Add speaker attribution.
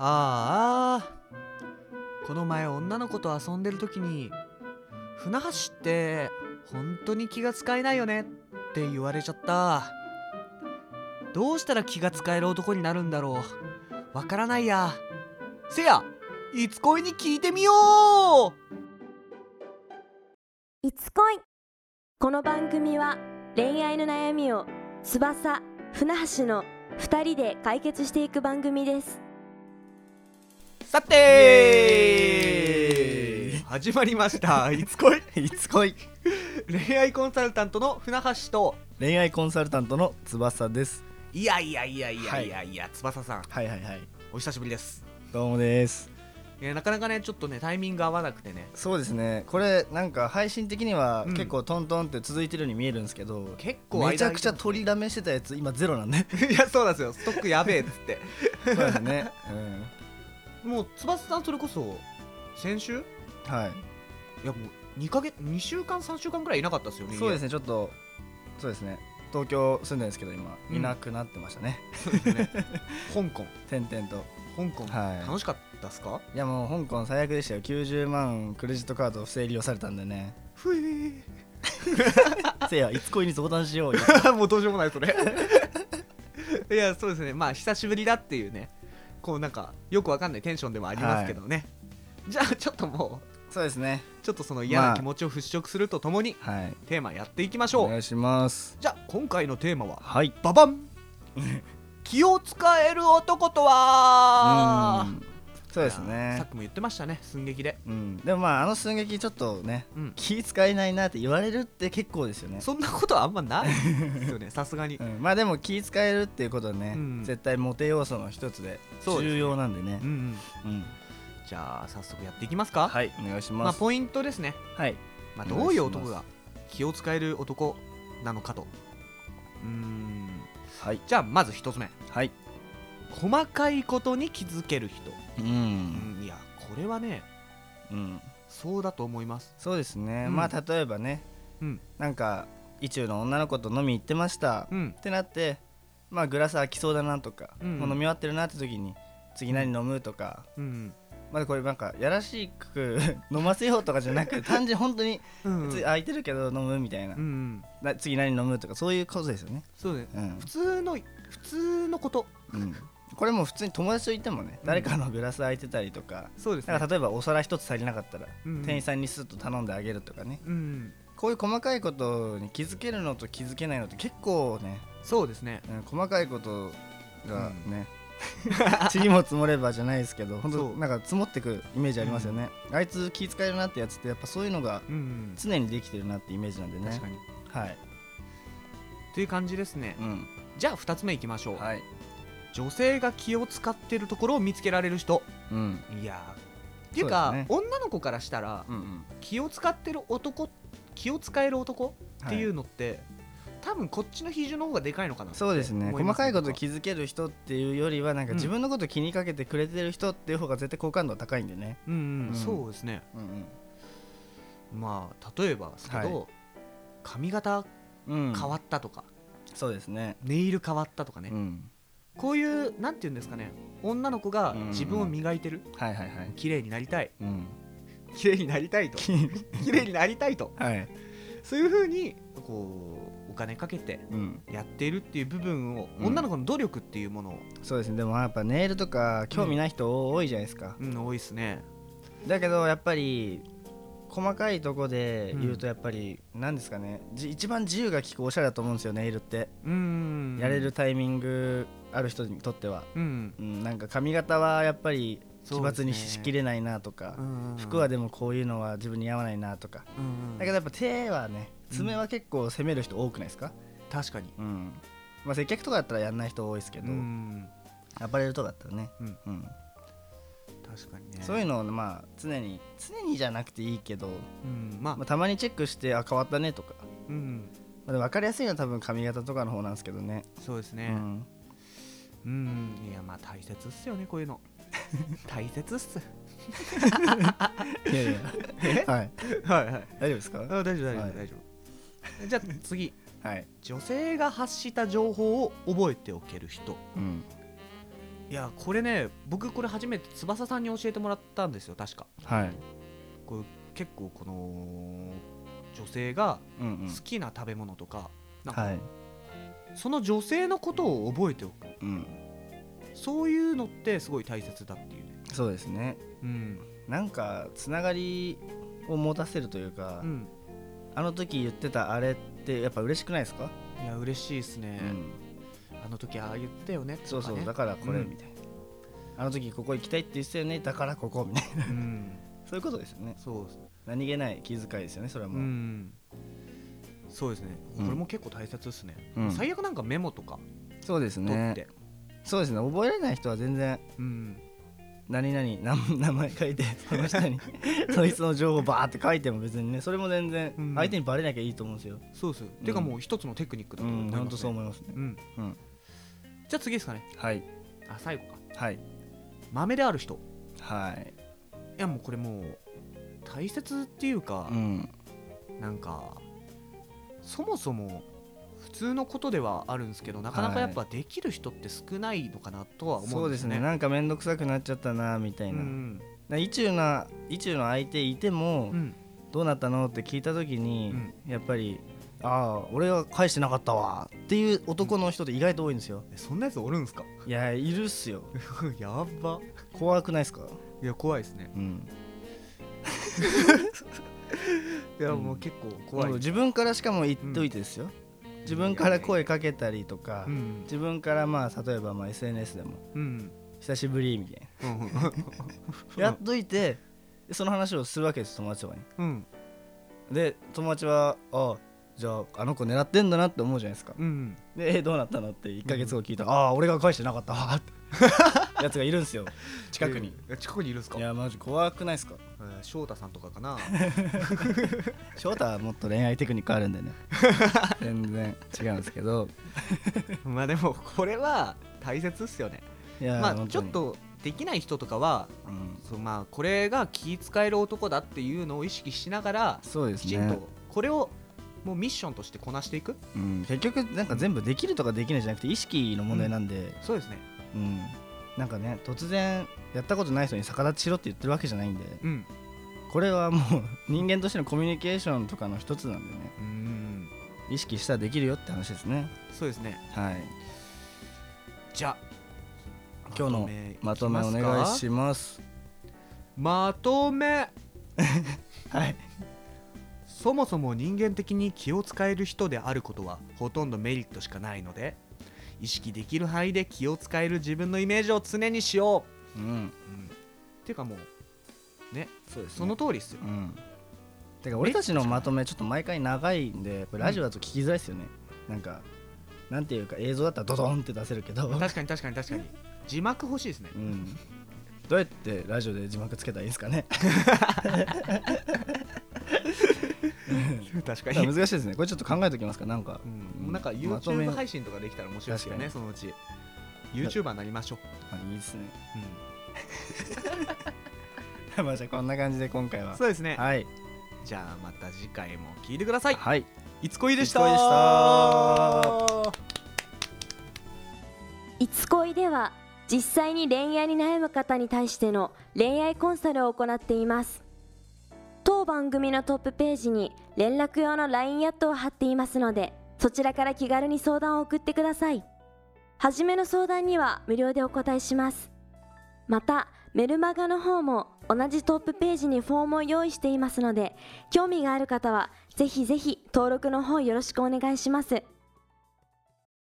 Speaker 1: ああこの前女の子と遊んでる時に「船橋って本当に気が使えないよね」って言われちゃったどうしたら気が使える男になるんだろうわからないやせやいつ恋に聞いてみよう
Speaker 2: いつ恋この番組は恋愛の悩みを翼船橋の2人で解決していく番組です
Speaker 1: さて始まりました「いつ恋
Speaker 3: いつ恋
Speaker 1: 恋愛コンサルタントの船橋と
Speaker 3: 恋愛コンサルタントの翼です
Speaker 1: いやいやいやいやいやいや、翼さん
Speaker 3: はいはいはい
Speaker 1: お久しぶりです
Speaker 3: どうもです
Speaker 1: いやなかなかねちょっとねタイミング合わなくてね
Speaker 3: そうですねこれなんか配信的には
Speaker 1: うん
Speaker 3: 結構トントンって続いてるように見えるんですけど、
Speaker 1: 結構間
Speaker 3: めちゃくちゃ取りだめしてたやつ今ゼロなんで
Speaker 1: いやそうなんですよストックやべえっつって
Speaker 3: そうですね、 うん、
Speaker 1: もう翼さんそれこそ先週
Speaker 3: はい
Speaker 1: いやもう2か月2週間3週間ぐらいいなかったですよね
Speaker 3: そうです
Speaker 1: ね
Speaker 3: ねちょっとそうですね東京住んでるんですけど今
Speaker 1: うん
Speaker 3: いなくなってましたね、
Speaker 1: 香港
Speaker 3: 点々と
Speaker 1: 香港、
Speaker 3: はい
Speaker 1: 楽しかったっすか
Speaker 3: いやもう香港最悪でしたよ90万クレジットカード不正利用されたんで ね
Speaker 1: ふえ
Speaker 3: せいやいつ恋に相談しよう よ
Speaker 1: もうどうしようもないそれ いやそうですねまあ久しぶりだっていうねこうなんかよくわかんないテンションでもありますけどね、じゃあちょっともう
Speaker 3: そうですね
Speaker 1: ちょっとその嫌な
Speaker 3: まあ
Speaker 1: 気持ちを払拭するとともに、
Speaker 3: はい
Speaker 1: テーマやっていきましょ
Speaker 3: お
Speaker 1: う
Speaker 3: 願いします
Speaker 1: じゃあ今回のテーマは
Speaker 3: はい
Speaker 1: ババ ン気を使える男とは
Speaker 3: うんそうです
Speaker 1: いやさ
Speaker 3: ね
Speaker 1: っきも言ってましたね寸劇で
Speaker 3: うん、でもまああの寸劇ちょっとね、
Speaker 1: うん
Speaker 3: 気使えないなって言われるって結構ですよね、
Speaker 1: そんなことはあんま ないですよねさすがに
Speaker 3: うん、まあでも気使えるっていうことはね、
Speaker 1: うん
Speaker 3: 絶対モテ要素の一つで
Speaker 1: そうですね
Speaker 3: 重要なんでね
Speaker 1: うん、うん
Speaker 3: うん、
Speaker 1: じゃあ早速やっていきますか
Speaker 3: はいお願いし
Speaker 1: ま
Speaker 3: ま
Speaker 1: あ
Speaker 3: す、
Speaker 1: ポイントですね
Speaker 3: はい
Speaker 1: まあ
Speaker 3: お願いします
Speaker 1: どういう男が気を使える男なのかとうーん
Speaker 3: はい
Speaker 1: じゃあまず一つ目
Speaker 3: はい
Speaker 1: 細かいことに気づける人
Speaker 3: うん、
Speaker 1: うんいやこれはね
Speaker 3: うん、
Speaker 1: そうだと思います
Speaker 3: そうですね、
Speaker 1: うん
Speaker 3: まあ例えばね、
Speaker 1: うん
Speaker 3: なんか意中の女の子と飲み行ってました、
Speaker 1: うん
Speaker 3: ってなってまあグラス空きそうだなとか、
Speaker 1: うん
Speaker 3: もう飲み終わってるなって時に次何飲むとか、
Speaker 1: うん
Speaker 3: まだこれなんかやらしく 飲ませようとかじゃなく単純に本当に
Speaker 1: うんうん
Speaker 3: つ空いてるけど飲むみたいな,、
Speaker 1: うんうん
Speaker 3: な次何飲むとかそういうことですよね、
Speaker 1: そうね
Speaker 3: うん
Speaker 1: 普通の普通のこと
Speaker 3: うんこれも普通に友達といてもね
Speaker 1: うん
Speaker 3: 誰かのグラス空いてたりとか,、
Speaker 1: そうです
Speaker 3: なん
Speaker 1: ね
Speaker 3: か例えばお皿一つ足りなかったら、
Speaker 1: うん
Speaker 3: 店員さんにスッと頼んであげるとかね
Speaker 1: うん
Speaker 3: こういう細かいことに気づけるのと気づけないのって結構ね、
Speaker 1: そうですね
Speaker 3: うん細かいことがね、 塵も積もればじゃないですけど本
Speaker 1: そ
Speaker 3: 当
Speaker 1: う
Speaker 3: なんか積もってくイメージありますよね、あいつ気遣えるなってやつってやっぱそういうのが
Speaker 1: うん
Speaker 3: 常にできてるなってイメージなんでね
Speaker 1: 確かにっ
Speaker 3: はい、
Speaker 1: ていう感じですね
Speaker 3: うん
Speaker 1: じゃあ2つ目いきましょう
Speaker 3: はい
Speaker 1: 女性が気を使ってるところを見つけられる人
Speaker 3: うん、
Speaker 1: いやーっていうか
Speaker 3: そうですね
Speaker 1: 女の子からしたら
Speaker 3: うんうん
Speaker 1: 気を使ってる男気を使える男っていう
Speaker 3: は
Speaker 1: のって、多分こっちの比重の方がでかいのかなって
Speaker 3: そうですね
Speaker 1: 思
Speaker 3: 細
Speaker 1: ます
Speaker 3: かいこと気づける人っていうよりはなん
Speaker 1: う
Speaker 3: か
Speaker 1: ん
Speaker 3: 自分のこと気にかけてくれてる人っていう方が絶対好感度は高いんでね、
Speaker 1: うん、うん
Speaker 3: うん
Speaker 1: そうですね
Speaker 3: うん
Speaker 1: まあ例えばですけど、
Speaker 3: は
Speaker 1: 髪型
Speaker 3: うん
Speaker 1: 変わったとか、
Speaker 3: そうですね
Speaker 1: ネイル変わったとかね、
Speaker 3: うん
Speaker 1: こういうなんて言うんですかね女の子が
Speaker 3: うん
Speaker 1: 自分を磨いてる、
Speaker 3: はいはいはい
Speaker 1: 綺麗になりたい
Speaker 3: うん
Speaker 1: 綺麗になり たいと綺麗になりたいと
Speaker 3: はい
Speaker 1: そういう風にこうお金かけて
Speaker 3: うん
Speaker 1: やってるっていう部分を、
Speaker 3: うん
Speaker 1: 女の子の努力っていうものを、
Speaker 3: そうですねでもやっぱネイルとか興味ない人多いじゃないですか、
Speaker 1: うん、多いですね
Speaker 3: だけどやっぱり細かいとこで言う
Speaker 1: う
Speaker 3: とやっぱり何ですかねじ一番自由が利くおしゃれだと思うんですよネイルって、
Speaker 1: うん
Speaker 3: やれるタイミングある人にとっては
Speaker 1: うん、
Speaker 3: うん、なんか髪型はやっぱり奇
Speaker 1: そうです
Speaker 3: 抜
Speaker 1: ね
Speaker 3: にしきれないなとか、服は
Speaker 1: で、
Speaker 3: でもこういうのは自分に合わないなとか、
Speaker 1: うんうん
Speaker 3: だけどやっぱ手はね
Speaker 1: うん
Speaker 3: 爪は結構攻める人多くないですか、
Speaker 1: 確かに
Speaker 3: うんまあ、接客とかだったらやんない人多いですけ
Speaker 1: う
Speaker 3: ど、
Speaker 1: ん
Speaker 3: アパレルとかだったらね、
Speaker 1: うん
Speaker 3: うん
Speaker 1: 確かにね
Speaker 3: そういう
Speaker 1: の、
Speaker 3: のをまあ常に常にじゃなくていいけど、
Speaker 1: うん、まあ、
Speaker 3: まあ、たまにチェックしてあ変わったねとか、ま
Speaker 1: うん
Speaker 3: あ、でも分かりやすいのは多分髪型とかの方なんですけどね
Speaker 1: そうです
Speaker 3: う
Speaker 1: ね
Speaker 3: ん、
Speaker 1: うん、いやまあ大切っすよねこういうの 大切っす
Speaker 3: いやい
Speaker 1: え
Speaker 3: やはい
Speaker 1: はいはい
Speaker 3: 大丈夫ですか
Speaker 1: あ大丈夫大丈夫、
Speaker 3: はい
Speaker 1: 大丈夫じゃあ次
Speaker 3: はい、
Speaker 1: 女性が発した情報を覚えておける人
Speaker 3: うん、
Speaker 1: いやこれね僕これ初めて翼さんに教えてもらったんですよ確か
Speaker 3: はい
Speaker 1: こう結構この女性が
Speaker 3: うんうん
Speaker 1: 好きな食べ物とか,、なんか
Speaker 3: はい
Speaker 1: その女性のことを覚えておく
Speaker 3: うん
Speaker 1: そういうのってすごい大切だっていうね
Speaker 3: そうですね
Speaker 1: うん
Speaker 3: なんかつながりを持たせるというか、
Speaker 1: うん
Speaker 3: あの時言ってたあれってやっぱ嬉しくないですか、
Speaker 1: いや嬉しいですね
Speaker 3: う、ん、
Speaker 1: あの時ああ言ったよねとかね
Speaker 3: そうそう、だからこれ
Speaker 1: うん
Speaker 3: みたいなあの時ここ行きたいって言ってたよねだからここみたいな
Speaker 1: うん
Speaker 3: そういうことですよね
Speaker 1: そうですね
Speaker 3: 何気ない気遣いですよねそれは
Speaker 1: う
Speaker 3: もう、
Speaker 1: んそうですねこ
Speaker 3: うん
Speaker 1: れも結構大切ですね、
Speaker 3: うん
Speaker 1: 最悪なんかメモとか
Speaker 3: そうです
Speaker 1: 取っ
Speaker 3: ね
Speaker 1: て、
Speaker 3: そうですね覚えられない人は全然
Speaker 1: うん
Speaker 3: 何 々なん名前書いてその下 にそいつの情報バーって書いても別にねそれも全然
Speaker 1: うん
Speaker 3: 相手にバレなきゃいいと思うんですよ、
Speaker 1: そうですよ、てかもう一つのテクニックだ
Speaker 3: う
Speaker 1: と思いま
Speaker 3: ん、
Speaker 1: す、ね、
Speaker 3: 本当そう思いますね
Speaker 1: うん
Speaker 3: うん
Speaker 1: じゃあ次ですかね
Speaker 3: はい
Speaker 1: あ最後か
Speaker 3: はい
Speaker 1: 豆である人い
Speaker 3: はい
Speaker 1: やもうこれもう大切っていうか
Speaker 3: う、ん
Speaker 1: なんかそもそも普通のことではあるんですけどなかなかやっぱできる人って少ないのかなとは思
Speaker 3: そううん
Speaker 1: で
Speaker 3: です
Speaker 1: すね
Speaker 3: ねなんか面倒くさくなっちゃったなみたいな、
Speaker 1: うん
Speaker 3: な意中な意中の相手いても、
Speaker 1: うん
Speaker 3: どうなったのって聞いた時に、
Speaker 1: うん
Speaker 3: やっぱり「ああ俺は返してなかったわ」っていう男の人って意外と多いんですよ、
Speaker 1: えそんなやつおるん すか
Speaker 3: いやいるっすよ
Speaker 1: やっば
Speaker 3: 怖くないっすか
Speaker 1: いや怖いですね
Speaker 3: うん
Speaker 1: いや
Speaker 3: うん
Speaker 1: もう結構怖い、
Speaker 3: もう
Speaker 1: うん
Speaker 3: 自分からしかも言っといてですよ、自分から声かけたりとか、
Speaker 1: うん
Speaker 3: 自分からまあ例えばまあ SNS でも
Speaker 1: うん
Speaker 3: 「久しぶり」みたいな、
Speaker 1: うん
Speaker 3: やっといてその話をするわけです友達とかに
Speaker 1: うん
Speaker 3: で友達は「ああじゃああの子狙ってんだな」って思うじゃないですか
Speaker 1: うん
Speaker 3: でえどうなったのって1か月後聞いたら、ああ俺が返してなかったわってやつがいるんですよ近くに、
Speaker 1: え 近くにいるんすか
Speaker 3: いやマジ怖くないですか
Speaker 1: えー翔太さんとかかな
Speaker 3: 翔太はもっと恋愛テクニックある んでね全然違うんですけど
Speaker 1: まあでもこれは大切っすよね
Speaker 3: いや
Speaker 1: ま
Speaker 3: 本当
Speaker 1: あ
Speaker 3: に
Speaker 1: ちょっとできない人とかは
Speaker 3: うん、
Speaker 1: そうまあこれが気使える男だっていうのを意識しながら
Speaker 3: そうです
Speaker 1: きちん
Speaker 3: ね
Speaker 1: と、これをもうミッションとしてこなしていく
Speaker 3: うん、結局なんか全部できるとかできないじゃなくて意識の問題なんで、
Speaker 1: そうですね
Speaker 3: うんなんかね突然やったことない人に逆立ちしろって言ってるわけじゃないんで
Speaker 1: うん
Speaker 3: これはもう人間としてのコミュニケーションとかの一つなんでね
Speaker 1: うん
Speaker 3: 意識したらできるよって話ですね
Speaker 1: そうですね
Speaker 3: はい
Speaker 1: じゃあ
Speaker 3: 今日のまとめお願いします
Speaker 1: まとめ
Speaker 3: はい
Speaker 1: そもそも人間的に気を使える人であることはほとんどメリットしかないので意識できる範囲で気を使える自分のイメージを常にしよ
Speaker 3: うん
Speaker 1: う、うん、っていうかもうね
Speaker 3: そうです
Speaker 1: その通りっすよ、
Speaker 3: うんてか俺たちのまとめちょっと毎回長いんでやっぱりラジオだと聞きづらいですよね、なんかなんていうか映像だったらドドンって出せるけど、
Speaker 1: 確かに確かに確かに字幕欲しいですね
Speaker 3: うん、どうやってラジオで字幕つけたらいいですかね
Speaker 1: 確か
Speaker 3: 難
Speaker 1: に、
Speaker 3: しいですねこれちょっと考えておきますかなんか、
Speaker 1: うん、なんか
Speaker 3: まとめ
Speaker 1: YouTube 配信とかできたら面白いですよね
Speaker 3: 確
Speaker 1: そのうち YouTuber になりましょう、
Speaker 3: あいいですね
Speaker 1: う
Speaker 3: まあじゃあこんな感じで今回
Speaker 1: ん、
Speaker 3: は
Speaker 1: そうですね、
Speaker 3: はい
Speaker 1: じゃあまた次回も聞いてください
Speaker 3: はい
Speaker 1: いつこいでした
Speaker 3: いつこいでした
Speaker 2: いつ恋では実際に恋愛に悩む方に対しての恋愛コンサルを行っています当番組のトップページに連絡用の LINE アットを貼っていますのでそちらから気軽に相談を送ってください初めの相談には無料でお答えしますまたメルマガの方も同じトップページにフォームを用意していますので興味がある方はぜひぜひ登録の方よろしくお願いします